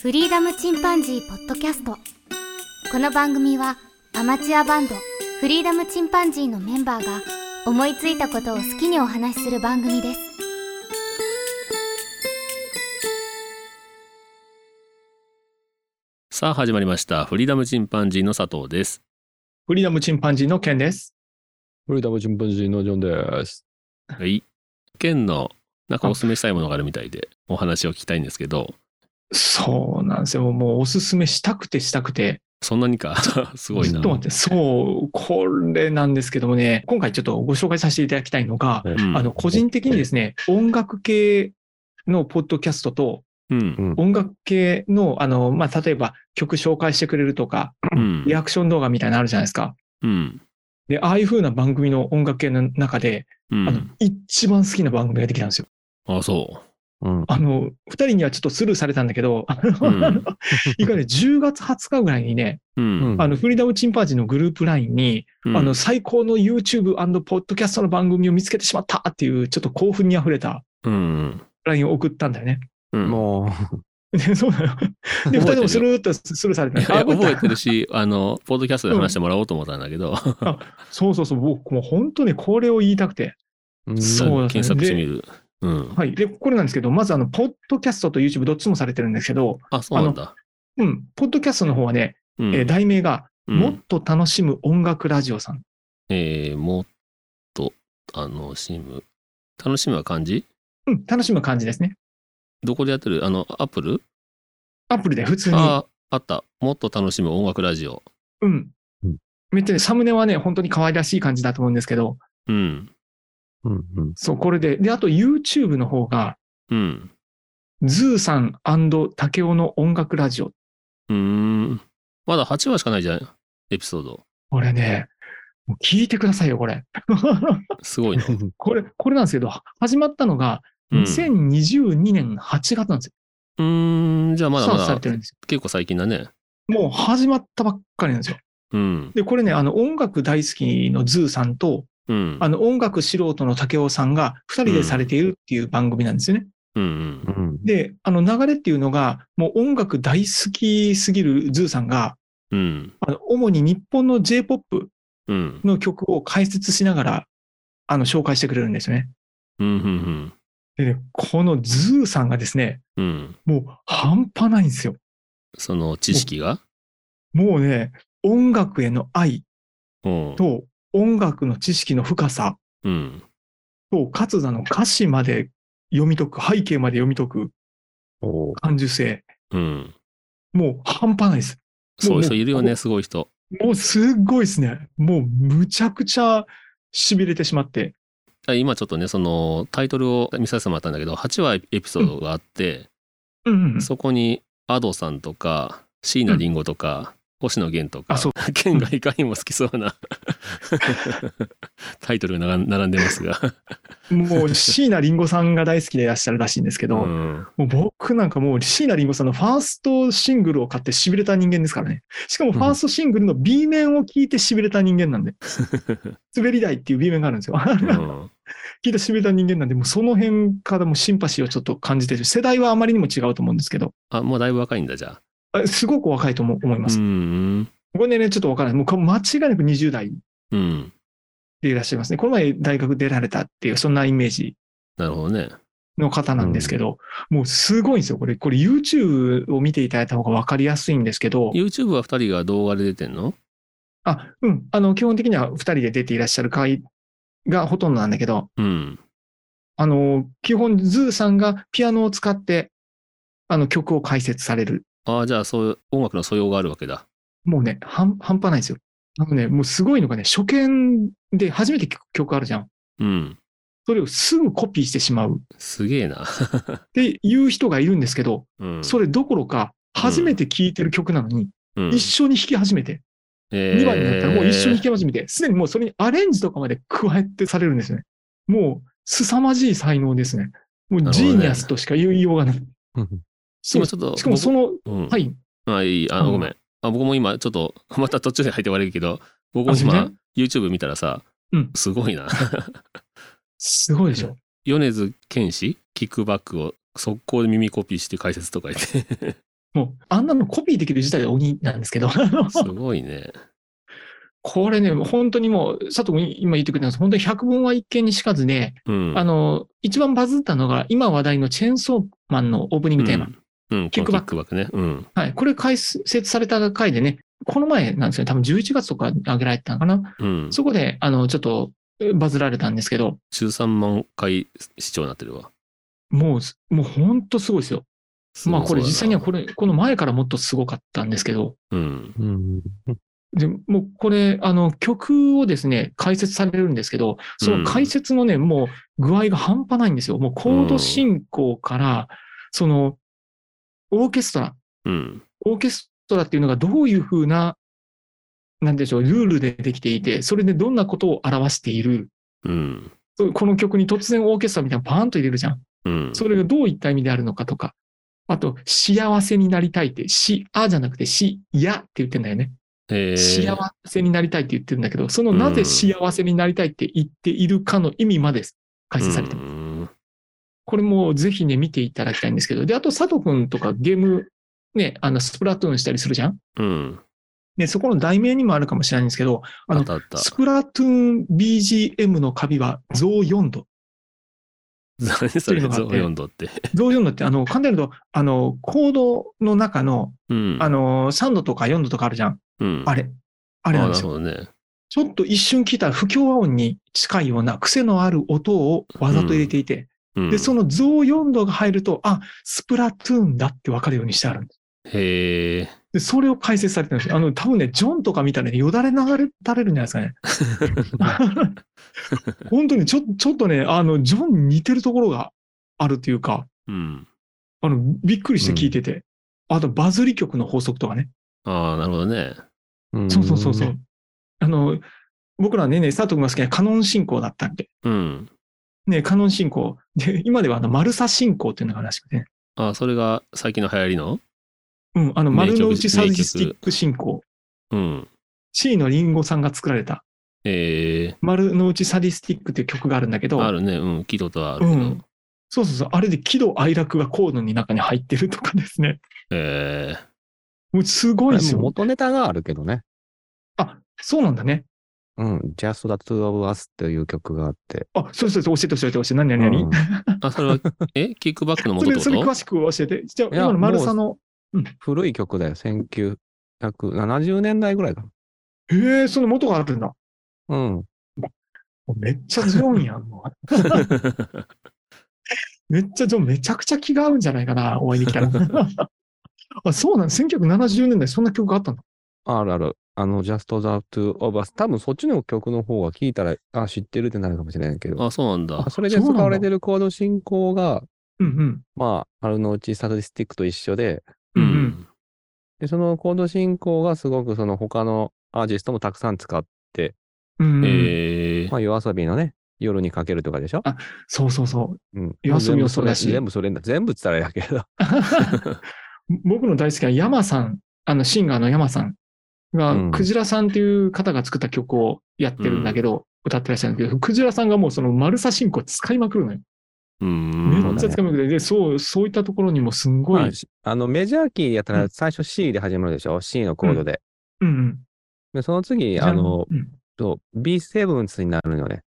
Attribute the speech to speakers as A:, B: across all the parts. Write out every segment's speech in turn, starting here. A: フリーダムチンパンジーポッドキャストこの番組はアマチュアバンドフリーダムチンパンジーのメンバーが思いついたことを好きにお話しする番組です
B: さあ始まりました。フリーダムチンパンジーの佐藤です。
C: フリーダムチンパンジーのケンです。
D: フリーダムチンパンジーのジョンです。
B: はい。県のなんかおすすめしたいものがあるみたいでお話を聞きたいんですけど、
C: そうなんですよ。もうおすすめしたくてしたくて。
B: そんなにか すごい
C: ず
B: な。
C: っと待って、そう、これなんですけどもね、今回ちょっとご紹介させていただきたいのが、
B: うん
C: あの、個人的にですね、音楽系のポッドキャストと、
B: うん
C: 音楽系の、あの、まあ、例えば曲紹介してくれるとか、
B: うん
C: リアクション動画みたいなのあるじゃないですか。
B: うん
C: で、ああいう風な番組の音楽系の中で、
B: う
C: あの
B: ん、
C: 一番好きな番組ができたんですよ。
B: あそ
D: うん。
C: あの、二人にはちょっとスルーされたんだけど、あの
B: うん
C: いかね、10月20日ぐらいにね、
B: う。うん。
C: あの、フリーダムチンパンジーのグループ LINE に、
B: うん
C: あの、最高の YouTube& ポッドキャストの番組を見つけてしまったっていう、ちょっと興奮に溢れた
B: うん。
C: LINE を送ったんだよね。
B: うん
D: も
C: で、そうなの。で、二人ともスルーっとスルーされ
B: い
C: て
B: や
C: た。あ
B: 覚えてるし、あの、ポッドキャストで話してもらおうと思ったんだけど、
C: そうそうそう、僕もう本当にこれを言いたくて。
D: う、
C: そうだね
B: 検索してみる。うん。
C: はい。で、これなんですけど、まずあの、ポッドキャストと YouTube どっちもされてるんですけど、
B: あ、そうなんだ。
C: うん、ポッドキャストの方はね、
B: うん
C: えー題名が、
B: うん
C: もっと楽しむ音楽ラジオさん。
B: えーもっと楽しむ。楽しむは漢字
C: うん、楽しむ感じですね。
B: どこでやってるあの、アップル
C: アプリで普通に。
B: ああった。もっと楽しむ音楽ラジオ。
C: うん
D: うん。
C: めっちゃね、サムネはね、本当に可愛らしい感じだと思うんですけど、
B: うん。
D: うんうん。
C: そう、これで。で、あと YouTube の方が、
B: うん。
C: ズーさん竹雄の音楽ラジオ。
B: うーん。まだ8話しかないじゃん。エピソード。
C: これね、もう聞いてくださいよ、これ。
B: すごい な。
C: これ、これなんですけど、始まったのが、
B: うん
C: 2022年8月なんですよ。
B: うーん。じゃあまだ
C: スター
B: ま
C: トさ
B: だ
C: れてるんです
B: 結構最近だね。
C: よ。もう始まったばっかりなんですよ。
B: うん。
C: で、これね、あの、音楽大好きのズーさんと、
B: うん。
C: あの、音楽素人の竹雄さんが2人でされているっていう番組なんですよね。
B: うん
D: うんうん
C: で、あの流れっていうのが、もう音楽大好きすぎるズーさんが、
B: うん。うん。
C: あの主に日本の J-POP
B: うん。
C: の曲を解説しながら、あの、紹介してくれるんですよね。
B: うん。うん。
C: でね、このズーさんがですね、
B: うんうん。
C: もう半端ないんですよ。
B: その知識が
C: もうね、音楽への愛
B: うん。
C: と音楽の知識の深さ
B: うん。
C: と、かつあの歌詞まで読み解く、背景まで読み解く
D: おー
C: 感受性、
B: うん。
C: もう半端ないです。
B: そういう人いるよ
C: も
B: ね、すごい人。
C: もうすっごいですね。もうむちゃくちゃ痺れてしまって。
B: あ今ちょっとね、そのタイトルを見させてもらったんだけど、8話エピソードがあって、
C: うんうん。
B: そこにアドさんとか、椎名林檎とか、星野源とか
C: あそ、
B: 県がいかにも好きそう なタイトルが並ん並んでますが。
C: もう椎名林檎さんが大好きでいらっしゃるらしいんですけど、
B: うん
C: もう僕なんかもう椎名林檎さんのファーストシングルを買って痺れた人間ですからね。しかもファーストシングルの B 面を聞いて痺れた人間 なんで、滑り台っていう B 面があるんですよ。
B: うん
C: 聞いて痺れた人間なんで、もうその辺からもうシンパシーをちょっと感じてる。世代はあまりにも違うと思うんですけど、
B: あもうだいぶ若いんだじゃ
C: あすごく若いと思思い
B: あ。
C: ま
B: う
C: す。
B: ん
C: これね、ちょっとわからない。もう間違いなく20代
B: うん。
C: でいらっしゃいますね。この前大学出られたっていう、そんなイメージ
B: なるほどね。
C: の方なんですけど、もうすごいんですよ。これ、これ YouTube を見ていただいた方がわかりやすいんですけど、
B: YouTube は2人が動画で出てんの
C: あ、うん、あの、基本的には2人で出ていらっしゃる回がほとんどなんだけど、
B: うん。
C: あの、基本、ズーさんがピアノを使って、あの、曲を解説される。
B: ああ、じゃあそういう音楽の素養があるわけだ。
C: もうね、半半端ないですよ。あのね、もうすごいのがね、初見で初めて聞く曲あるじゃん。
B: うん。
C: それをすぐコピーしてしまう
B: すげえな。
C: っていう人がいるんですけど、
B: うん、
C: そ
B: れ、
C: れどころか、初めて聴いてる曲なのに、
B: うん、
C: 一緒に弾き始めて、2番になったらもう一緒に弾き始めて、すでにもうそれにアレンジとかまで加えてされるんですよね。もう、凄まじい才能ですね。
B: な
C: もう
B: るほ
C: ジ
B: どね
C: ーニアスとしか言いようがない。そう
B: 今ちょっと
C: しかもその、
B: 僕うん、
C: はい。
B: あいいあ
C: あの
B: ごめんあ僕も今ちょっと また途中で入って悪いけど僕も
C: あすいませ
B: 今
C: ん
B: YouTube 見たらさ、
C: うん
B: すごいな
C: すごいでしょ。
B: 米津玄師キックバックを速攻で耳コピーして解説とか言って
C: もう、あんなのコピーできる自体で鬼なんですけど、 あの
B: すごいね。
C: これね、もう本当にもう、佐藤君今言ってくれたんです本当に百聞は一見にしかずね、
B: うん。
C: あの、一番バズったのが、今話題のチェーンソーマンのオープニングテーマ。
B: うん、うん、
C: キックバック
B: このキックバックね。うん。
C: はい。これ解説された回でね、この前なんですよ。多分11月とかに上げられてたのかな。
B: うん。
C: そこで、あの、ちょっとえバズられたんですけど、
B: 13万回視聴になってるわ。
C: もうす、もう本当すごいですよ。まあこれ実際にはこ
B: れ。
C: れ、この前からもっとすごかったんですけど、
B: うん。
D: うん。
C: で、もうこれ、あの、曲をですね、解説されるんですけど、その解説のね、もう具合が半端ないんですよ。もうコード進行から、その、オーケストラ、
B: うん。
C: オーケストラっていうのがどういうふうな、なんでしょう、ルールでできていて、それでどんなことを表している。
B: うん。
C: そうこの曲に突然オーケストラみたいなのパーンと入れるじゃん。
B: うん。
C: それがどういった意味であるのかとか。あと、幸せになりたいって、し、あじゃなくて、し、やって言ってんだよね。
B: えー
C: 幸せになりたいって言ってるんだけど、そのなぜ幸せになりたいって言っているかの意味まで解説されてる。
B: うん
C: これもぜひね、見ていただきたいんですけど。で、あと、佐藤くんとかゲーム、ね、あの、スプラトゥーンしたりするじゃん
B: うん。
C: で、そこの題名にもあるかもしれないんですけど、あ
B: あ
C: の
B: ったあった。
C: スプラトゥーン BGM のカビは増4度。
B: 何それ、
C: っていうのがあって
B: ゾウ4度って。
C: 増4度って、あの、簡単に言うと、あの、コードの中の、
B: うん。
C: あの、3度とか4度とかあるじゃん。
B: うん、
C: あれ。あれなんです
B: あ
C: よ。
B: なるほどね。
C: ちょっと一瞬聞いたら不協和音に近いような癖のある音をわざと入れていて、
B: うん、
C: で、その増4度が入ると、あ、スプラトゥーンだってわかるようにしてあるんです。
B: へえ。
C: で、それを解説されてるんですよ。あの、多分ね、ジョンとか見たらね、よだれ流れ垂れるんじゃないですかね。 本当にちょ、ちょっとね、あの、ジョンに似てるところがあるというか、
B: うん。
C: あの、びっくりして聞いてて。あと、バズり曲の法則とかね。
B: ああ、なるほどね。
D: うん
C: そうそうそうそう。。あの、僕らね、ね、佐藤君が好きなカノン進行だったんで。
B: うん。
C: ね、カノン進行。で、今ではあの、マルサ進行っていうのがあるらしくてね。
B: ああ、それが最近の流行りの
C: うん、あの、
B: 名曲
C: 丸の内サディスティック進行。
B: うん。
C: C のリンゴさんが作られた、
B: ええ
C: 丸の内サディスティックっていう曲があるんだけど、
B: あるね。うん。聞いたことはあるけど。
C: うんそうそうそう、あれで喜怒哀楽がコードの中に入ってるとかですね。
B: ええ
C: もうすごい
D: まあ
C: です
D: でも
C: よ。
D: 元ネタがあるけどね。
C: あ、そうなんだね。
D: うん。Just the Two of Us という曲があって。
C: あ、そうそうそう、教えて教えて教えて。何何何、
D: うん
B: あ、それ は、えキックバックの
C: そ
B: 元って
C: れ、
B: こと
C: それ詳しく教えて。じゃあ、
D: いや
C: 今の丸さんの、
D: 古い曲だよ。1970年代ぐらいか
C: へえ、その元があるんだ。も
D: な。うん。
C: うめっちゃジョンやん。もうめっちゃジョン、めちゃくちゃ気が合うんじゃないかな、お会いできたら。 あ、そうなん1970年代、そんな曲があったんだ。
D: あるある。あの、Just the Two of Us。多分そっちの曲の方は聞いたら、あ、知ってるってなるかもしれないけど。
B: あ、そうなんだ
D: あ。それで使われてるコード進行が、
C: うんうん。
D: まあ、丸の内サディスティックと一緒で、
C: うんうん。。
D: で、そのコード進行がすごくその他のアーティストもたくさん使って、
C: うんうん
B: ええ
D: まあ、夜遊びのね、夜にかけるとかでしょ
C: あそうそうそう。
D: うん。
C: 夜遊びもそうだし
D: 全部それ、全部それな全部って言ったらやけど。
C: 僕の大好きな山さん、あの、シンガーの山さんが、
D: うん
C: クジラさんっていう方が作った曲をやってるんだけど、歌ってらっしゃるんだけど、クジラさんがもうその丸さ進行使いまくるのよ。
B: うん。
C: め
D: そう
C: っ
D: だ
C: ちゃ
D: ね
C: 使いまくる。で、そう、そういったところにもすんごい、
D: まあしあの、メジャーキーでやった
C: う
D: ら
C: ん
D: 最初 C で始まるでしょ ?C のコードで。
C: うんうん。
D: で、その次、あの、
C: うん
D: そう、B7 になるのね。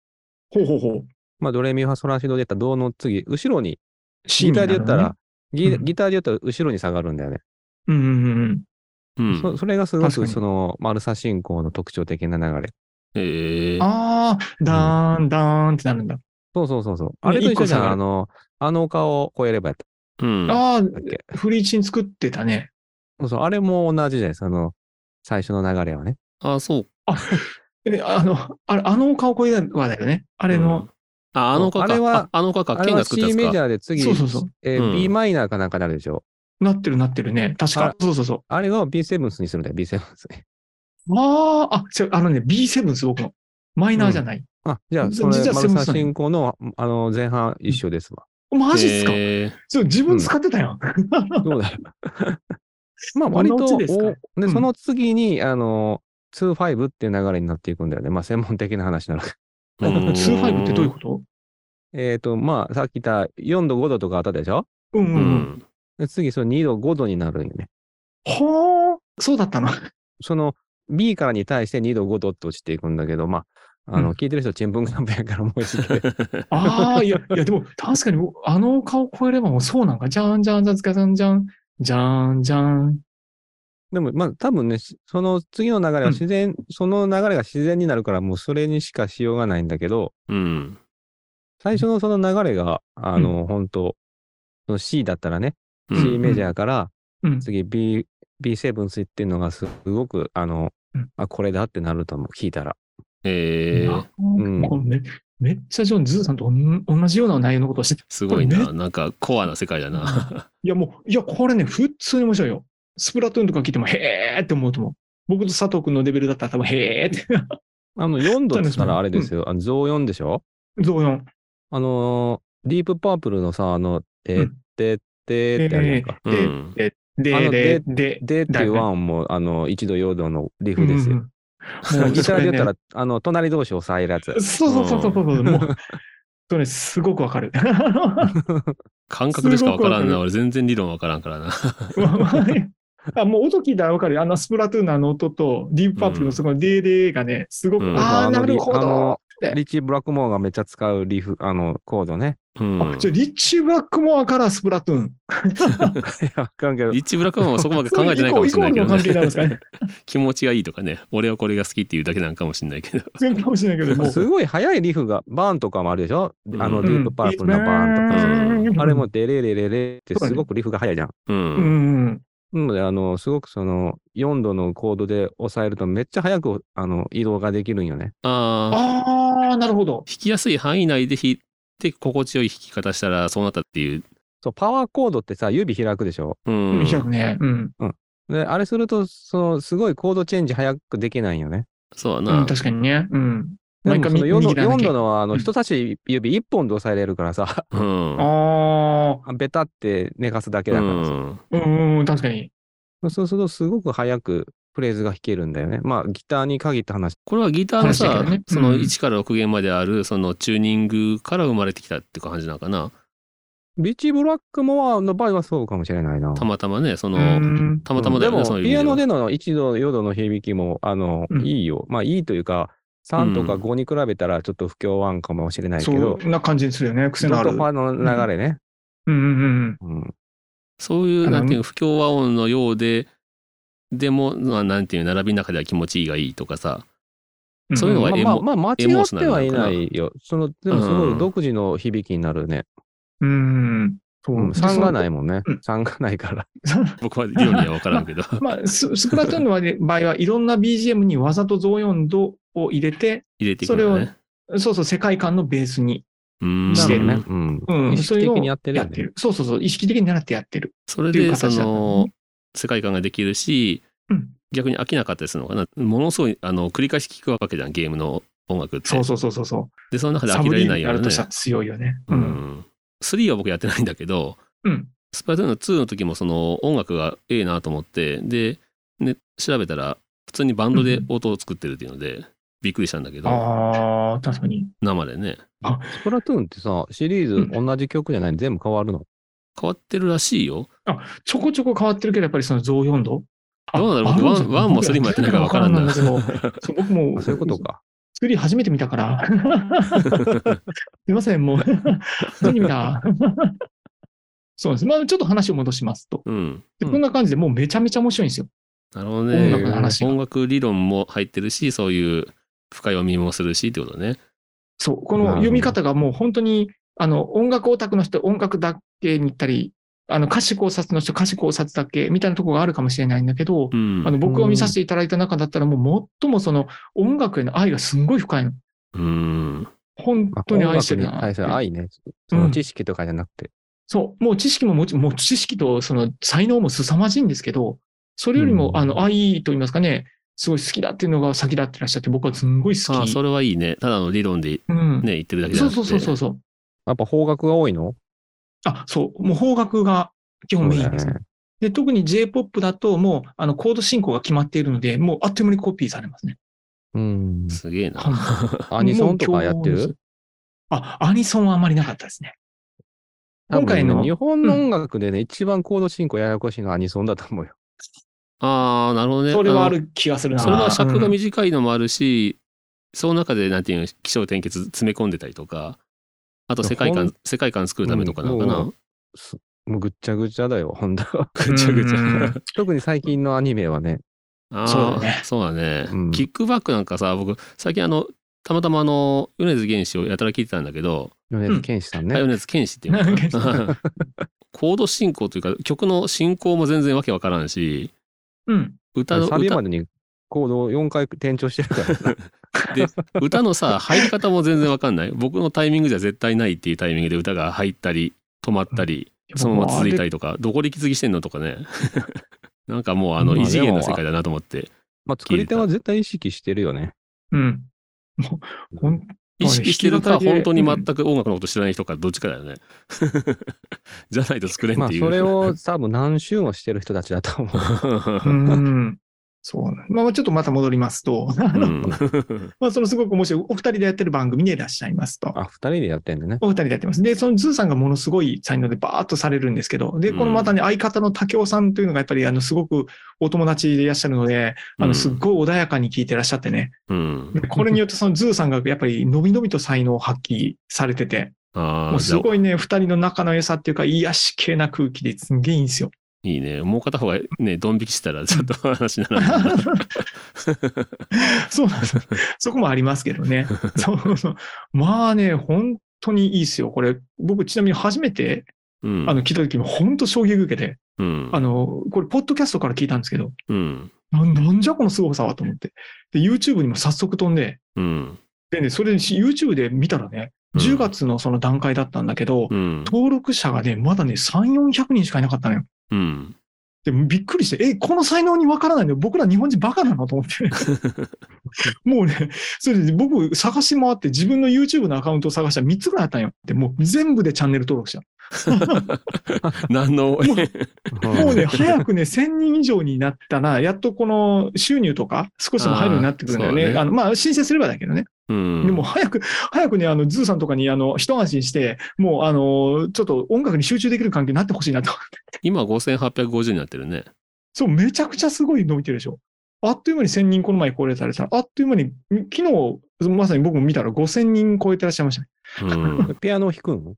C: ほうほうほう。
D: まあ、ドレミファソラシドで言ったら、ドの次、後ろに、
C: シ
D: ギ
C: ン
D: タ
C: な
D: ー
C: のね
D: で言ったら、、ギ
C: うん
D: ギターで言ったら後ろに下がるんだよね。
C: うんうんうんうん。
B: うん
D: そそれがすご
C: 確か
D: く
C: に
D: そのマルサ進行の特徴的な流れ。
B: ええ
C: あー、ダーン、ダーンってなるんだ。
D: そうそうそうそう。あれと一緒じ
C: 一
D: ゃ
C: 個下が
D: ん。
C: る
D: あの、あの丘を越えればやった
B: うん。
C: あ
D: っけ。
C: ー、フリーチン作ってたね。
D: そうそう。あれも同じじゃないですか。あの、最初の流れはね。
B: あ、そう。
C: えあの、あれ、あの顔声はだよね。あ
B: あ
C: れの、。
B: あ、あの丘か。
D: あれは
B: あの丘か。
D: あれ
B: 剣
D: は
B: が作
D: C
B: ったやつ
D: メジ
B: か。
D: ャーで次、
C: そうそうそう
D: えー
B: うん
D: B マイナーかなんかなるでしょ。
C: なってるなってるね。確
D: あ
C: か。そうそうそう。
D: あれを B7 にするんだよ、B7 に。
C: ああ、あ、違う、あのね、B7 です、僕の。マイナーじゃない。
D: あ、じゃあ、
C: じ
D: それ
C: 実は
D: マルサ
C: 7-7
D: 進行の、あの、前半一緒ですわ。
C: マジっすか、
B: ええ
C: そう自分使ってたやん。
D: ど うだろう。まあ、割と、
C: こんなオチですか
D: おで、
C: うん
D: その次に、あの、2-5っていう流れになっていくんだよね。まあ、専門的な話になる
B: うん
C: 2-5ってどういうこと
D: えっ、と、まあ、さっき言った4度、5度とかあったでしょ
C: うんうん。
B: うん。
D: で次、その2度、5度になるんよね。
C: ほーそうだったの。
D: その B からに対して2度、5度って落ちていくんだけど、まあ、あ
C: うん
D: の、聞いてる人、ちんぷんかんぷんやからもう一回。
C: ああ、いや、いや、でも、確かに、あの丘を越えればもうそうなんか、じゃんじゃんじゃんじゃんじゃん、じゃんじゃん。
D: でも、まあ、多分ね、しその次の流れは自然、その流れが自然になるから、もうそれにしかしようがないんだけど、
B: うん。
D: 最初のその流れが、あの、本当その C だったらね、
B: う
D: C
B: ん
D: メジャーから、
C: うん。
D: 次 B、B7 スイっていうのがすごく、あの
C: うん、
D: あ、これだってなると思う、聞いたら。
B: えー、
D: ん
C: こうめめっちゃジョン、ズーさんとおん同じような内容のことをして、
B: すごい
C: これ
B: な。なんかコアな世界だな。
C: いやもう、いや、これね、普通に面白いよ。スプラトゥーンとか聞いても、へーって思うと思う。僕と佐藤君のレベルだったら多分、へーって。
D: あの、4度って言ったらあれですよ、あの、増4でしょ
C: 増四。
D: あのー、ディープパープルのさ、あの、
C: う
D: てっ
C: ん
D: てってってあるやんか。
B: う
C: で
B: ん。
D: あ
C: で、
D: の
C: で
D: で、
C: で、
D: でっていうワンも、あの、一度4度のリフですよ。
C: うんうん
D: も
C: も
D: う
C: う
D: ギターで言ったら、
C: そ
D: あの、隣同士を抑えるやつ
C: れ。ねそうそうそうそうそうう。
D: ん
C: もう、それすごくわかる。
B: 感覚でしかわからん
C: すごくわか
B: な。
C: る
B: 俺全然理論わからんからな。
C: あもう音聞いたらわかるよあのスプラトゥーンのあの音と、ディープパープルのそこのデーデーがね、すごく、
B: うん
C: ああ、なるほ
D: あ
C: ど
D: の。
C: って
D: リッチー・ブラックモアがめっちゃ使うリフ、あの、コー ドね。
B: うん
C: あ。ちょリッチー・ブラックモアからスプラトゥーン。
D: いや、わかんけど
B: リ、ッチ・ブラックマンはそこまで考えてないかもしれないけど
C: イコールの関係なんですか
B: ね
C: ね。
B: 気持ちがいいとかね。俺はこれが好きっていうだけなんかもしれないけど。
C: そうかもしれないけども。
D: すごい速いリフが、バーンとかもあるでしょ、
B: うん
D: あの、ディープパープルのバーンとか。
C: ン
D: あれも、デレレレレってすごくリフが速いじゃん。
B: う。
C: うんん。
D: なので、あの、すごくその、4度のコードで抑えるとめっちゃ速く、あの、移動ができるんよね。
B: ああ。
C: ああ、なるほど。
B: 弾きやすい範囲内で弾いて心地よい弾き方したらそうなったっていう。
D: そう、パワーコードってさ、指開くでしょ
B: うん。
C: 200ね。うん。
D: で、あれすると、その、すごいコードチェンジ早くできないんよね。
B: そうや
C: う、。
B: なん
C: 確かにね。うん。
D: でもその
C: 毎回
D: 4度
C: 右だね
D: ,4 度のは、あ
C: う
D: の、
C: ん
D: 人差し指1本で押さえれるからさ、
B: うん。
C: ああ、
D: ベタって寝かすだけ
B: う
D: だからさ、
B: ん。
C: うんうん、確かに。
D: そうすると、すごく早くフレーズが弾けるんだよね。まあ、ギターに限った話。
B: これはギターの
C: 話だ
B: さ、
C: けどね
B: その
C: うん
B: 1から6弦まであるそのチューニングから生まれてきたって感じなのかな。
D: ビーチブラックモアの場合はそうかもしれないな。
B: たまたまね、その、
C: うん
B: たまたまだよね、
D: うん
B: その
D: でも、
B: 指
D: ピアノでの1度、4度の響きも、あの、
C: うん
D: いいよ。まあ、いいというか、3とか5に比べたらちょっと不協和音かもしれないけ
C: そ
D: ど、
C: んな感じにするよね、
D: ち
C: 癖
D: ょ
C: の
D: っ
C: あ
D: と
C: る。
D: フ
C: うん
D: ァの流れね。
C: うんうん。
D: うん
B: そういう、
C: あの
B: なんていうの不協和音のようで、でも、まあなんていうの並びの中では気持ちいいがいいとかさ。
C: ん
B: そういうのは
D: まあ
B: エ
D: まあ
B: モ
D: まあ、間違
B: エモー
D: っ
B: ショナ
D: て
B: ルな
D: は
B: の
D: い
B: かな
D: ないよ。その、でもすご
B: う
D: い
B: ん
D: 独自の響きになるね。
C: うん。そうう。。
D: ん、3がないいもんね
C: うん。
D: 3がないから。
B: 僕は理論には分からんけ ど。
C: まあ、ススプラトゥーンの場合場合はいろんな BGM にわざと増4度を入れて、
B: 入れていくのね。
C: そうそう、世界観のベースに。
B: うん。
C: してる
D: なほどね。
C: う
D: うん。
C: ん。
D: 意識的にやってるよね。
C: そうそうそう、意識的に習ってやってる。
B: それ
C: っていう
B: で、
C: 形だ
B: そ
C: った
B: の、世界観ができるし、
C: うん
B: 逆に飽きなかったりするのかな。ものすごい、あの、繰り返し聞くわけじゃん、ゲームの音楽って。
C: そうそうそうそうそ
B: で、その中
C: う。
B: で
C: サ
B: 飽き
C: ブ
B: ら
C: リ
B: れ
C: ー
B: な
C: ナ
B: い
C: や
B: よ
C: る
B: ね
C: としたら。強いよね。
B: う
C: うん。
B: ん。3は僕やってないんだけど、
C: うん。
B: スパイダーの2の時もその音楽がええなと思って、で、ね、調べたら、普通にバンドで音を作ってるっていうので、びっくりしたんだけど、
C: ああ、確かに。
B: 生でね。
D: スプラトゥーンってさ、シリーズ同じ曲じゃない全部変わるの。
B: 変わってるらしい よ。
C: ちょこちょこ変わってるけど、やっぱりその増4度あ
B: どうなの
C: あ
B: 僕ワン
C: じゃん
B: ワンもスリーもやってないからわからんな
C: 僕らわから んだけどそう僕も、
D: あそういうことか。
C: スリー初めて見たから。 すいま せん、もう。初めて見た。 そうです。まあ、ちょっと話を戻しますと。
B: うん。
C: でこんな感じでもうめちゃめちゃ面白いんですよ。
B: なるほどね。
C: 音楽の話が
B: 音楽理論も入ってるし、そういう深読みもするしってことね。
C: そう。こ
D: なる
C: の
D: ほど
C: 読み方がもう本当に、あの、音楽オタクの人、音楽だけに行ったり、あの、歌詞考察の人、歌詞考察だけ、みたいなところがあるかもしれないんだけど、
B: うん。
C: あの、僕が見させていただいた中だったら、もう最もその、音楽への愛がすんごい深いの。
B: うん。
C: 本
D: まあ
C: 当に愛してる
D: 音楽に
C: な
D: 対する
C: って。
D: 愛ね。その知識とかじゃなくて。
C: そう。もう知識ももち、もう知識とその才能も凄まじいんですけど、それよりも、
D: うん
C: あの、愛と言いますかね、すごい好きだっていうのが先立ってらっしゃって、僕はすんごい好
B: ああ、
C: き。
B: それはいいね。ただの理論でね、
C: うん。
B: 言ってるだけじゃな
C: そう
B: くて。
C: そうそうそうそう。
D: やっぱ方角が多いの
C: あ、そう。もう方角が基本メインですね。で、特に J-POP だともう、あの、コード進行が決まっているので、もうあっという間にコピーされますね。
D: うん。
B: すげえな。
D: アニソンとかやって
C: もう強豪で
D: る
C: すあ、アニソンはあまりなかったですね。今回の
D: 多分ね日本の音楽でね、一番コード進行ややこしいのはアニソンだと思うよ。
B: ああ、なるほどね。
C: それはあ
B: の
C: る気がするな。
B: それは尺が
C: うん
B: 短いのもあるし、その中で、なんていうの、気象転結詰め込んでたりとか、あと世界
D: ほ
B: 観
D: ん、
B: 世界観作るためとかなんか
D: うん
B: な
D: も。すもうぐっちゃぐちゃだよ、ほんと
B: ぐちゃぐち
C: うん
B: ゃ。
D: 特に最近のアニメはね。
B: あ
C: そうだ
B: あ
C: ね
B: そうだね、
D: うん
B: キックバックなんかさ、僕、最近あの、たまたまあの、米津玄師をやたら聞いてたんだけど、
D: 米津玄師さんね。
B: はい米津玄師っていう のかな コード進行というか、曲の進行も全然わけわからんし、
C: うん。
B: 歌の
D: サビ
B: 歌
D: までにコードを4回転調してるから。
B: 歌のさ入り方も全然わかんない僕のタイミングじゃ絶対ないっていうタイミングで歌が入ったり止まったりそのまま続いたりとかどこで息継ぎしてんのとかね なんかもうあの
D: まあ
B: 異次元の
D: でも
B: 世界だなと思って
D: まあ、作り手は絶対意識してるよね。
C: うん。もう、ほん
B: 意識してるか
C: 弾き語りで
B: 本当に全く音楽のこと知らない人かどっちかだよね じゃないと作れん
D: ま
B: っ
D: あ、
B: ていう、
D: それを多分何周もしてる人たちだ と思う。
C: うん。そうなんまあ、ちょっとまた戻りますと、 あ
B: う
C: の
B: ん
C: まあ、そのすごく面白い、お二人でやってる番組でいらっしゃいますと。
D: あ、二人でやってんだ ね。
C: お二人でやってます。で、そのズーさんがものすごい才能でバーッとされるんですけど、で、このまたね、相方の武雄さんというのがやっぱり、あの、すごくお友達でいらっしゃるので、あ
B: うん
C: の、すっごい穏やかに聞いてらっしゃってね、
B: うん
C: でこれによってそのズーさんがやっぱり、のびのびと才能を発揮されてて、
B: あ
C: も
B: あ
C: う
B: じ
C: す
B: ゃあ
C: ごいね、二人の仲の良さっていうか、癒し系な空気ですんげえいいんですよ。
B: いいねもう片方がねドン引きしたらちょっと話に ならない
C: そうなんです。そこもありますけどね。そうそう。まあね、本当にいいですよ。これ、僕ちなみに初めて、
B: うん
C: あの、聞いた時も本当衝撃受けて、
B: うん
C: あの、これ、ポッドキャストから聞いたんですけど、
B: うん
C: ななんじゃこの凄さはと思って。で、YouTube にも早速飛んで、
B: うん
C: でね、それで YouTube で見たらね、
B: うん
C: 10月のその段階だったんだけど、
B: うん
C: 登録者がね、まだね、3、400人しかいなかったのよ。
B: うん
C: で、びっくりして、え、この才能にわからないの僕ら日本人バカなのと 思って。もうね、それで僕探し回って自分の YouTube のアカウントを探したら3つぐらいあったんよ。で、もう全部でチャンネル登録した。
B: 何の応援
C: もうね、早くね、1000人以上になったら、やっとこの収入とか少しでも入るようになってくるんだよ
B: あー
C: ね。
B: そうだね
C: あの、まあ、申請すればだけどね。
B: うん
C: でも早く、早くね、あの、ズーさんとかに、あの、一安心して、もう、あの、ちょっと音楽に集中できる環境になってほしいなと。
B: 今5850になってるね。
C: そう、めちゃくちゃすごい伸びてるでしょ。あっという間に1000人この前超えられたら、あっという間に、昨日、まさに僕も見たら5000人超えてらっしゃいましたね。
B: うん、
D: ピアノを弾くの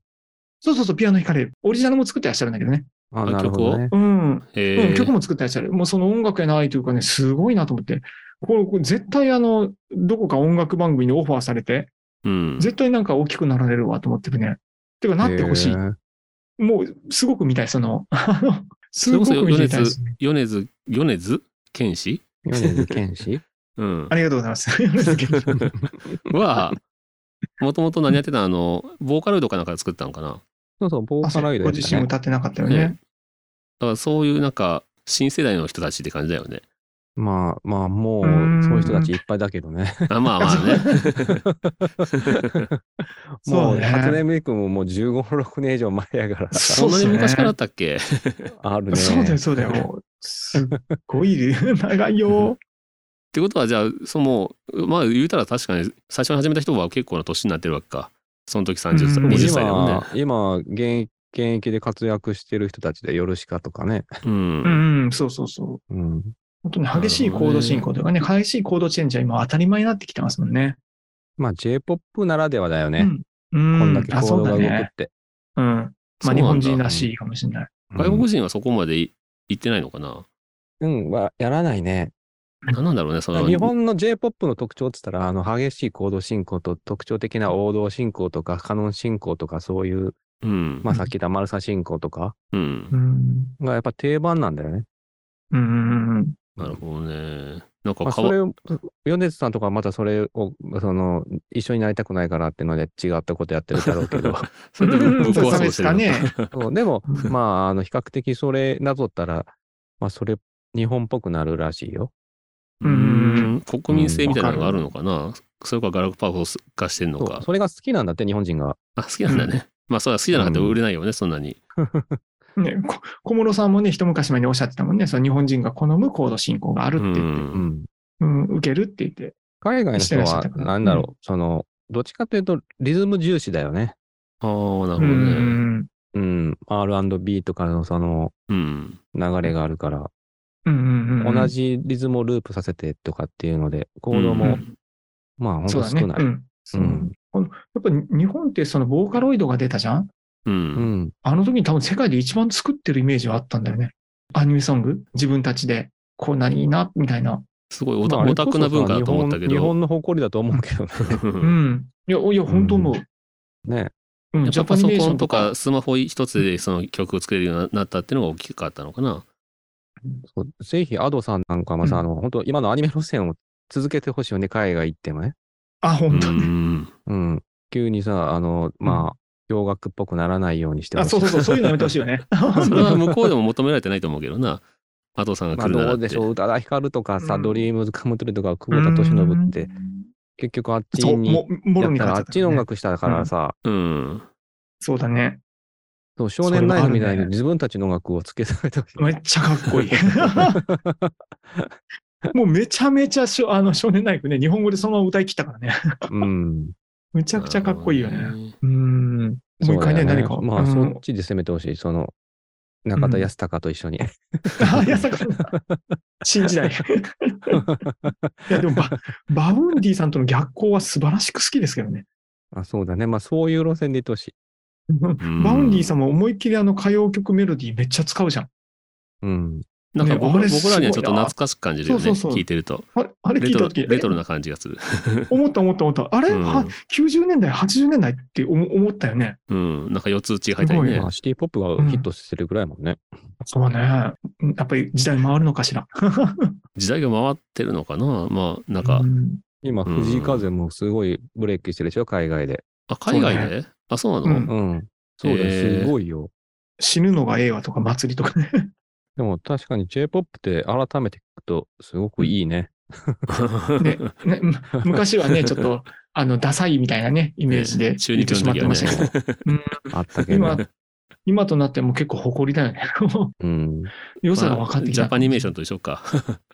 C: そうそうそう、ピアノ弾かれる。オリジナルも作ってらっしゃるんだけどね。
D: あ、なるほどね。
C: うん。
B: え
C: うん、
B: ー
C: 曲も作ってらっしゃる。もうその音楽への愛というかね、すごいなと思って。これ、これ絶対あの、どこか音楽番組にオファーされて、
B: うん
C: 絶対なんか大きくなられるわと思ってるね。てか、なってほしい
D: へ。ー
C: もう、すごく見たい、そ の、あの、すごく見ていたいですね。
B: 米津、米津玄師
D: 米津玄師
B: うん
C: あ。りがとうございます。米津 玄師
B: は、もともと何やってたのあの、ボーカロイドかなんかで作ったのかな。だ
D: そうそう、ボーカロイド
C: ご
D: やっ
C: 自
D: た
C: 身
D: ね。
C: 歌ってなかったよ
B: ね
C: ね。
B: からそういうなんか、新世代の人たちって感じだよね。
D: まあまあ、もう
C: うー、ん
D: そういう人たちいっぱいだけどね。
B: あまあまあね。
D: もう、初
C: ね。
D: 音ミクももう15、6年以上前やからさ。
B: そんなに昔からだったっけ
D: あるね。
C: そうだよ、そうだよ。すっごい長い よ。
B: ってことはじゃあそのまあ言うたら確かに最初に始めた人は結構な年になってるわけかその時30歳
C: うん
B: 50歳だもんね
D: 今、今現役、現役で活躍してる人たちで、ヨルシカとかね。
B: うん
C: うん、そうそうそう。
D: うん。
C: 本当に激しいコード進行というかね、激しいコードチェンジは今当たり前になってきてますもんね。
D: まあ、J-POP ならではだよ
C: う
D: ね。
C: ん。う
D: こ
C: ん、
D: んだけコ
C: あ
D: ー
C: そ
D: ド
C: う
D: が
C: だ
D: 動くっ
C: ね。
D: て。
C: うん。ま
B: そう
C: あ
B: なんだ
C: 日本人らしいかもしれない。
B: 外国人はそこまでい行ってないのかな
D: うん、はやらないね。
B: 何なんだろうねその
D: 日本の J-POP の特徴って言ったら、あの、激しいコード進行と特徴的な王道進行とか、カノン進行とか、そういう、
B: うん
D: まあさっき言ったマルサ進行とか
B: うん
C: うん。
D: がやっぱ定番なんだよね。
C: うんうんうん。
B: なるほどね。なんか
D: まあ、
B: か
D: そ
B: わ、
D: れを、米津さんとかはまたそれを、その、一緒になりたくないからっていうので違ったことやってるだろうけ ど。
B: それ でぶっ
C: うん
B: 壊そうとしてるの
C: 差別
D: そうでも、
C: うん
D: まあ、あの、比較的それなぞったら、まあ、それ、日本っぽくなるらしいよ。
B: う
C: うんん
B: 国民性みたいなのがあるのかなそれかガラクパゴス化してんの
D: そう
B: か。
D: それが好きなんだって、日本人が。
B: あ、好きなんだね。まあ、それは好きじゃなかったら
D: うん
B: 売れないよね、そんなに。
C: ね、こ小室さんもね、一昔前におっしゃってたもんね、その日本人が好むコード進行がある
B: う
C: って言って、
B: ん。
C: うん、受けるって言って。
D: 海外の人
C: してらっしゃっ
D: は
C: た、から
D: なんだろう、
C: う
D: その、どっちかというと、リズム重視だよね。
B: ああ、なるほど
C: うんう
B: ね。
C: ん
D: うん、R&B とかのその
B: うん。
D: 流れがあるから、
C: うんうんうん。
D: 同じリズムをループさせてとかっていうので、コード
C: う
D: も、
C: ん
D: まあ、ほん
C: そう
D: と
C: だ
D: 少
C: ね。
D: な
C: う
D: い。
C: ん。そう
D: うん
C: このやっぱり日本ってそのボーカロイドが出たじゃん
B: う。
D: うんん。
C: あの時に多分世界で一番作ってるイメージはあったんだよね。アニメソング自分たちで。こうなりいいな、みたいな。
B: すごいオタ
D: まあ
B: オタクな文化だと思ったけ
D: 日本日
B: ど。
D: 本の誇りだと思うけどね
C: うん。いや、いや、本当思う。
D: ね。
C: う ん、
B: や
C: ジ
B: っ
C: ャ
B: ぱパ
C: パニ
B: ソ
C: メーシ
B: コ
C: ョ
B: ン
C: ン
B: と
C: とか
B: か。スマホ一つでその曲を作れるようになったっていうのが大きかったのかな。
D: そうぜひ、アドさんなんかもさ、
C: うん
D: あの、本当今のアニメ路線を続けてほしいよね、海外行ってもね。
C: あ、
B: う
C: 本当ね。
B: ん。
D: うん。急にさ、あの、まあ、洋楽っぽくならないようにして
C: あ、
D: ほし
C: そ
D: い
C: そ
D: う
C: うそう、そういうのやめてほしいよね。
B: それは向こうでも求められてないと思うけどな。加藤さんが
D: ま
B: 来
D: あ、
B: るな
D: ど
B: らっ
D: うで
B: て
D: し。ょう、宇多田ヒカルとかさ、
C: うん
D: ドリームズカムトゥルーとか、久保田敏信って、結局あっち
C: そう、
D: に
C: も、も
D: や
C: ろ
D: っ
C: に
D: た
C: な
D: ら、
C: ち
D: あ
C: ゃね
D: っちの音楽したからさ、
B: うん。
C: そうだね。
D: そう少年ナイフみた
C: それは
D: い
C: ある
D: に
C: ね
D: 自分たちの音楽をつけされてほしい。
C: めっちゃかっこいい。もうめちゃめちゃしょあの少年ナイフね、日本語でそのまま歌い切ったからね。
D: うん。
C: め
B: ち
C: ちゃくちゃかっこいいよ
B: う
C: ね。
B: ん
C: うん。もう一回ね、
D: そうだ
C: 何
D: よ
C: か。
D: まあ、
C: うん
D: そっちで攻めてほしい。その、中田康隆と一緒に。
C: あ、いや、さか。信じない。いや、でもバ、バウンディさんとの逆行は素晴らしく好きですけどね。
D: あそうだね。まあ、そういう路線でいってほしい。
B: ん
C: バウンディさんも思いっきりあの歌謡曲メロディーめっちゃ使うじゃん。
D: うん。
B: なんか僕,、
C: ねあれす
B: 僕
C: ごいな
B: らにはちょっと懐かしく感じるよね。
C: そうそうそう
B: 聞いてると。
C: あれ、あれ聞
B: レ
C: い
B: ト
C: た
B: ロ
C: 時
B: レトロな感じがする。
C: 思った思った思った。あれ、
B: うん
C: は ?90 年代、80年代って思思ったよね。
B: うん。なんか四つ打ちが入ったり
C: す
B: ね
D: ま。あ、シティポップがヒットしてるぐらいもんね。
C: そうね。やっぱり時代回るのかしら。
B: 時代が回ってるのかな。まあ、なんか、
C: うん
D: 今、藤井風もすごいブレイクしてるでしょ、海外で。
B: あ、海外
C: そう
B: で、あ、そうなの、
C: うん
D: うん。そう
B: へ
D: で
B: ー
D: す。すごいよ。
C: 死ぬのがええわとか祭りと かね。
D: でも確かに J-POP って改めて聞くとすごくいいね。
C: ねねむ昔はね、ちょっと、あの、ダサいみたいなね、イメージで
B: ね中二病の時はね
C: 言ってしまってましたけど。うん
D: あったけど
C: 今
D: ね。、
C: 今となっても結構誇りだよね。
D: うん。
C: 良さが
B: ま
C: 分か
B: あ
C: ってき
B: ジ
C: た。
B: ャパニメーションと一緒か。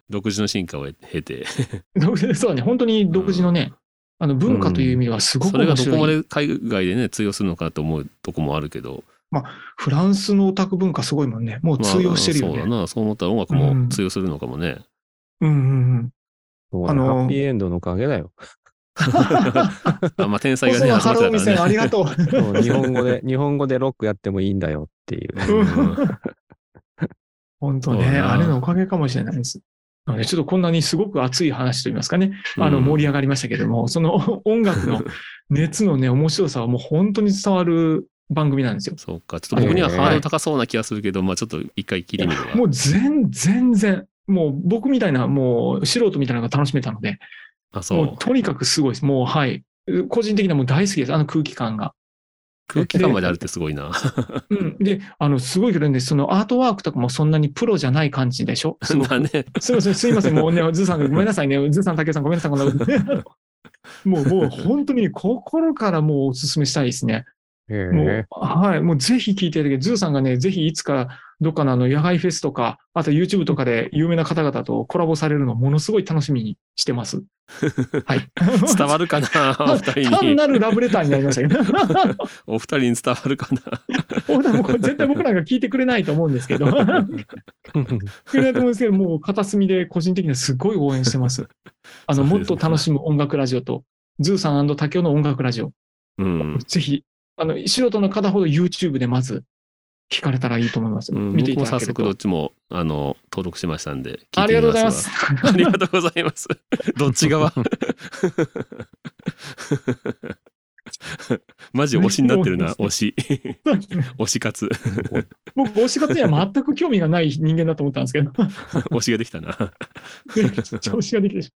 B: 独自の進化を経て。
C: そうだね、本当に独自のね、あの文化という意味ではすごく
B: それが
C: 面
B: どこ
C: 白い。
B: まで海外でね、通用するのかと思うとこもあるけど。
C: フランスのオタク文化すごいもんね。もう
B: まあ
C: 通用してるよ
B: そう
C: ね。
B: だな。そう思ったら音楽も通用するのかもね。
C: うんうんうん。
D: そうだ
C: あ
D: ね
C: のー
D: ハッピーエンドのおかげだよ。
B: あまあ、天才
C: 細
B: がね、
C: 野晴
B: た
C: 臣さん、ありがとう。
D: そう日本語で、日本語でロックやってもいいんだよっていう。
B: うん
C: 本当
B: そう
C: ね、
B: だな
C: あれのおかげかもしれないです。なのでちょっとこんなにすごく熱い話といいますかね、あの
B: うん
C: 盛り上がりましたけども、その音楽 の熱のね、面白さはもう本当に伝わる番組なんですよ。
B: そうか。ちょっと僕には
D: ええ
B: ハードル高そうな気がするけど、まあちょっと一回切り見れ ば。
C: もう全全然、もう僕みたいな、もう素人みたいなのが楽しめたので、
B: あ、そ
C: も
B: う
C: う。とにかくすごいです。もうはい。個人的にはもう大好きです。あの空気感が。
B: 空気感まであるってすごいな。
C: うん。で、あの、すごいけどね、そのアートワークとかもそんなにプロじゃない感じでしょ すごく
B: だね。
C: すいません、すいません、もうね、ズーさん、ごめんなさいね、ズーさん、竹内さん、ごめんなさい、こんなことね。もう、もう、本当に心からもうお勧めしたいですね。も
D: へ
C: う、はい、もうぜひ聞いていただけるズーさんがね、ぜひいつか、どっかのあの野外フェスとか、あと YouTube とかで有名な方々とコラボされるの、ものすごい楽しみにしてます。はい。
B: 伝わるか なお二人
C: 単
B: に。
C: なるラブレターになりましたけど。
B: お二人に伝わるかな
C: オーダーもこれ絶対僕なんか聞いてくれないと思うんですけど。くれないと思うんですけど、もう片隅で個人的にはすごい応援してます。あの、
B: そう
C: も
B: で
C: っ
B: すね
C: と楽しむ音楽ラジオと、ズーさん竹雄の音楽ラジオ、
B: うん。
C: ぜひ、あの、素人の方ほど YouTube でまず聞かれたらいいと思います。
B: うん
C: 見てい
B: 僕
C: た
B: も
C: だ
B: 早速
C: ける
B: どっ
C: と。
B: ちも、あの、登録しましたんで。
C: ありがとうございま
B: 聞
C: す
B: て。みますわ。ありがとうございます。 どっち側 マジ推しになってる な、推し。推し活。
C: 僕、推し活には全く興味がない人間だと思ったんで すけど、
B: 推しができたな。
C: 調子ができてし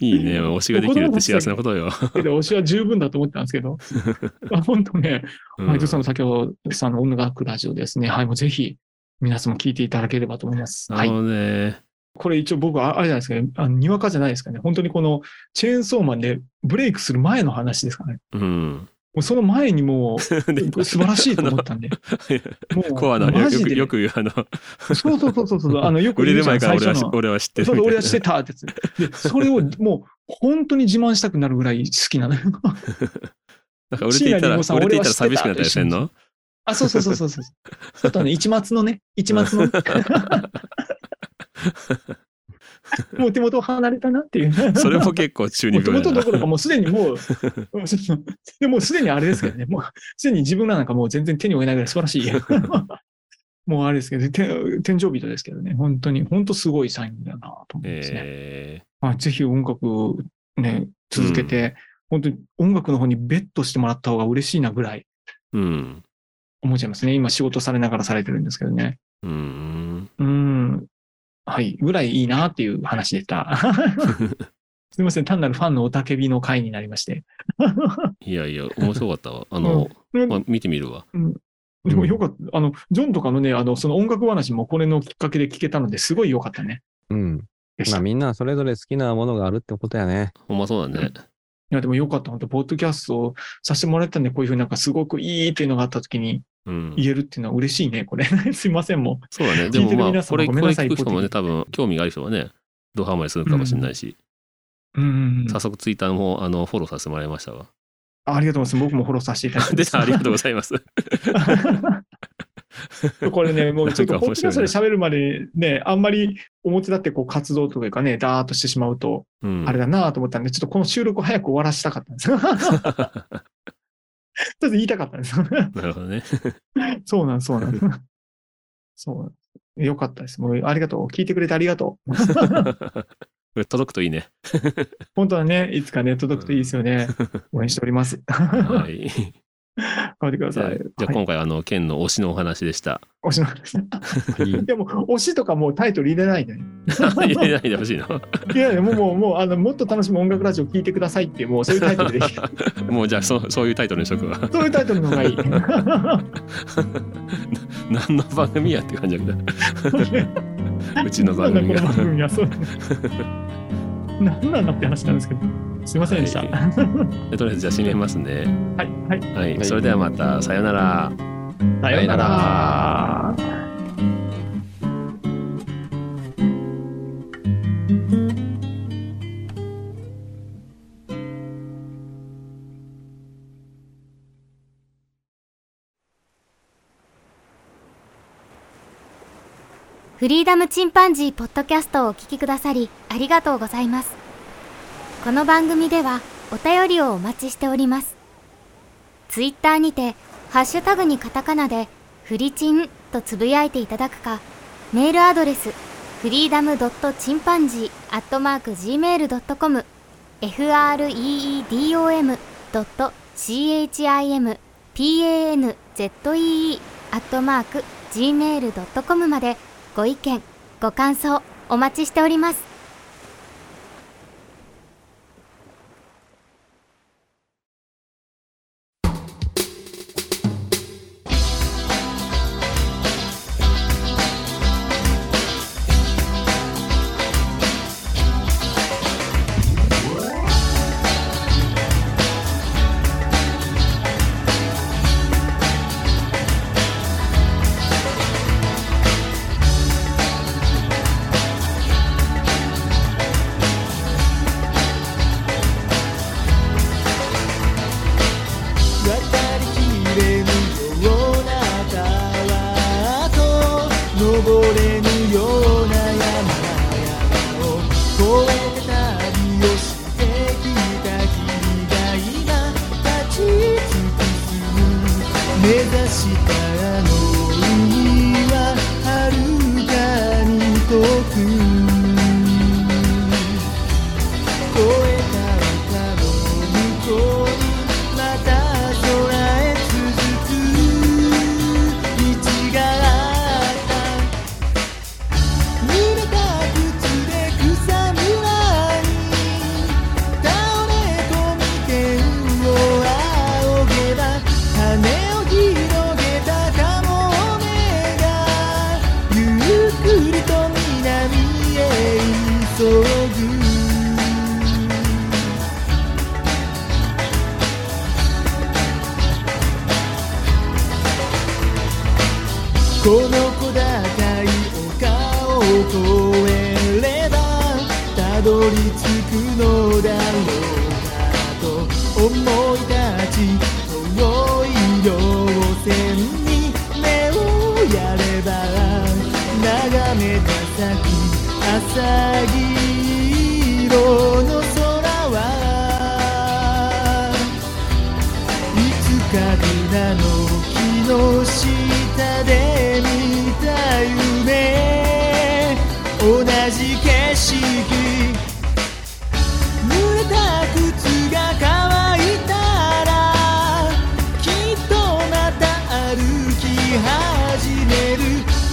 B: いいね。推しができるって幸せなことよ。
C: まって、推しは十分だと思ったんですけど、あ本当ね、
B: うん
C: はい、ズーさんの竹雄さんの音楽ラジオですね。はい、もうぜひ、皆さんも聞いていただければと思います。は
B: あ
C: い。
B: のね。
C: これ一応僕はああれじゃないですかね。あのにわかじゃないですかね。本当にこのチェーンソーマンでブレイクする前の話ですかね。
B: うん。
C: もうその前 にもう素晴らしいと思ったんで。も う
B: コアな、
C: マ
B: よ
C: ジ
B: く、
C: で
B: よく言う、あの、
C: そうそうそうそうそう。あの、よく
B: 売れ
C: 言う
B: る
C: じゃ
B: 前
C: ん
B: から俺は
C: 最初の
B: 俺は知ってる
C: そう
B: みた
C: そう
B: いな。
C: 俺はしてたってやつ。で、それをもう本当に自慢したくなるぐらい好きなのよ。
B: なんか売れていた
C: 椎名林
B: ら、
C: 檎さん
B: 売れていたら
C: 俺は知ってた
B: 寂しくなったりしてんの
C: あ、そうそうそうそうそう。あとあの、一末のね、一 末のね。もう手元離れたなっていう。
B: それも結構中
C: も
B: 二
C: う手
B: 病
C: 元
B: や
C: ど
B: な。
C: ころかもうすでにもう、 うんそのでもうすでにあれです けどね、もうすでに自分らなんかもう全然手に負えないぐらい素晴らしい。もうあれですけど、て天井人ですけどね、本当に、本当すごいサインだなと思いますね。
B: え
C: はい、ぜひ音楽ね、続けて、本当に音楽の方にベットしてもらった方が嬉しいなぐらい
B: ー、うん。
C: 思っちゃいますね。今仕事されながらされてるんですけどね。
B: うーん。
C: うん。はい。ぐらいいいなっていう話でした。 すみません。単なるファンのおたけびの回になりまして。
B: いやいや、面白かったわ。あの、
C: うん
B: まあ、見てみるわ。
C: でもよかった。あの、ジョンとかのね、あの、その音楽話もこれのきっかけで聞けたのですごい良かったね。
D: うん。
C: でした
D: まあ
C: い
D: みんなそれぞれ好きなものがあるってこと やね。
B: ほんまそうだね。
C: や、でもよかった。本当ポッドキャストをさせてもらったんで、こういうふうになんかすごくいいっていうのがあった時に
B: うん。
C: 言えるっていうのは嬉しいね、これ。 すいません、も
B: そうだね。
C: い
B: で
C: てる
B: もま
C: 皆
B: あ、
C: 様
B: これ、
C: ご
B: こ
C: め
B: れ
C: んなさい
B: 聞く人もね、
C: 一
B: 多分、興味がある人はね、ドハマりするかもしれないし、
C: う。うん。
B: 早速ツイッターも、あの、フォローさせてもらいました わ。
C: ありがとうございます。僕もフォローさせていただいて
B: で
C: ま
B: した、ありがとうございます。
C: こ れね、もうちょっ
B: な
C: と
B: んか
C: ポ
B: 面
C: ッドキャ
B: 白い
C: ス
B: な
C: トで喋るまでね、あんまり表だってこう活動というかね、ダーっとしてしまうと、
B: うん。
C: あれだなと思ったんで、ちょっとこの収録を早く終わらしたかったんです。ち ょっと言いたかったんで す。
B: なるほどね。
C: そうなん、そうなん。そうなんです。よかったです。もうありがとう。聞いてくれてありがとう。
B: これ届くといい ね。
C: 本当はね、いつかね、届くといいですよね。応援しております。頑
B: はい。
C: 張ってくだ
B: じゃあ
C: さい。
B: じゃあ
C: はい
B: 今回はあの県の推しのお話で した。
C: 推しの話。いやもう推しとかもうタイトル入れないでね。
B: 入れないでほしいの。
C: いやいやもうもうもうあのもっと楽しむ音楽ラジオ聞いてくださいっていうもうそういうタイトルでいい
B: もうじゃあそそういうタイトルにしとく わ。
C: そういうタイトルの方がいい
B: 何の番組やって感じだけど。うちの番組が。
C: なん
B: は
C: だこの番組はそう何なんだって話なんですけどすいませんでした
B: は
C: はいい、
B: いとりあえずじゃあ締めますね。
C: はい、
B: はい。
D: はい
B: それではまたさよなら。
C: さようなら
A: フリーダムチンパンジーポッドキャストをお聞きくださりありがとうございます。この番組ではお便りをお待ちしております。ツイッターにてハッシュタグにカタカナでフリチンとつぶやいていただくか、メールアドレスフリーダムドットチンパンジーアットマーク gmail.com freedom ドット chim panzee アットマーク gmail.com までご意見、ご感想、お待ちしております。
E: 渡りきれぬような川と登れぬような山々を越えて旅をしてきた君が今立ち尽くす目指したあの海は遥かに遠く越えた丘の向こうにまた空へ続く道があった濡れた靴で草むらめた先浅い色の空はいつかブナの木の下で見た夢同じ景色「濡れた靴が乾いたら」「きっとまた歩き始める」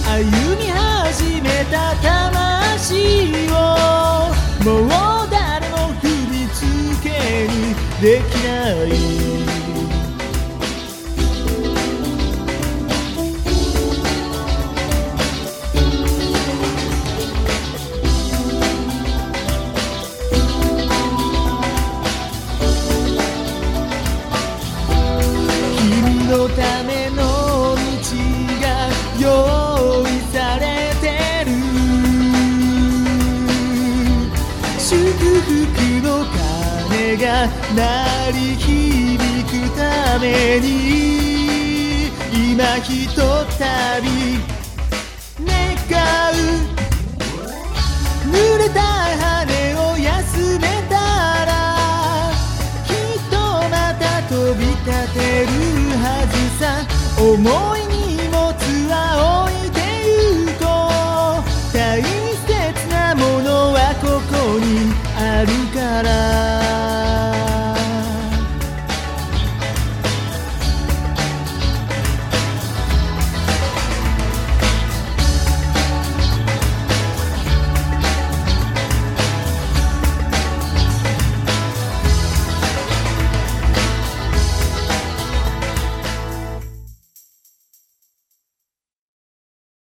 E: 「歩み始めた魂を」「もう誰も踏みつけにできない」君のための道が用意されてる祝福の鐘が鳴り響くために今ひとたび願う濡れた羽を休めたらきっとまた飛び立てるはずさ思い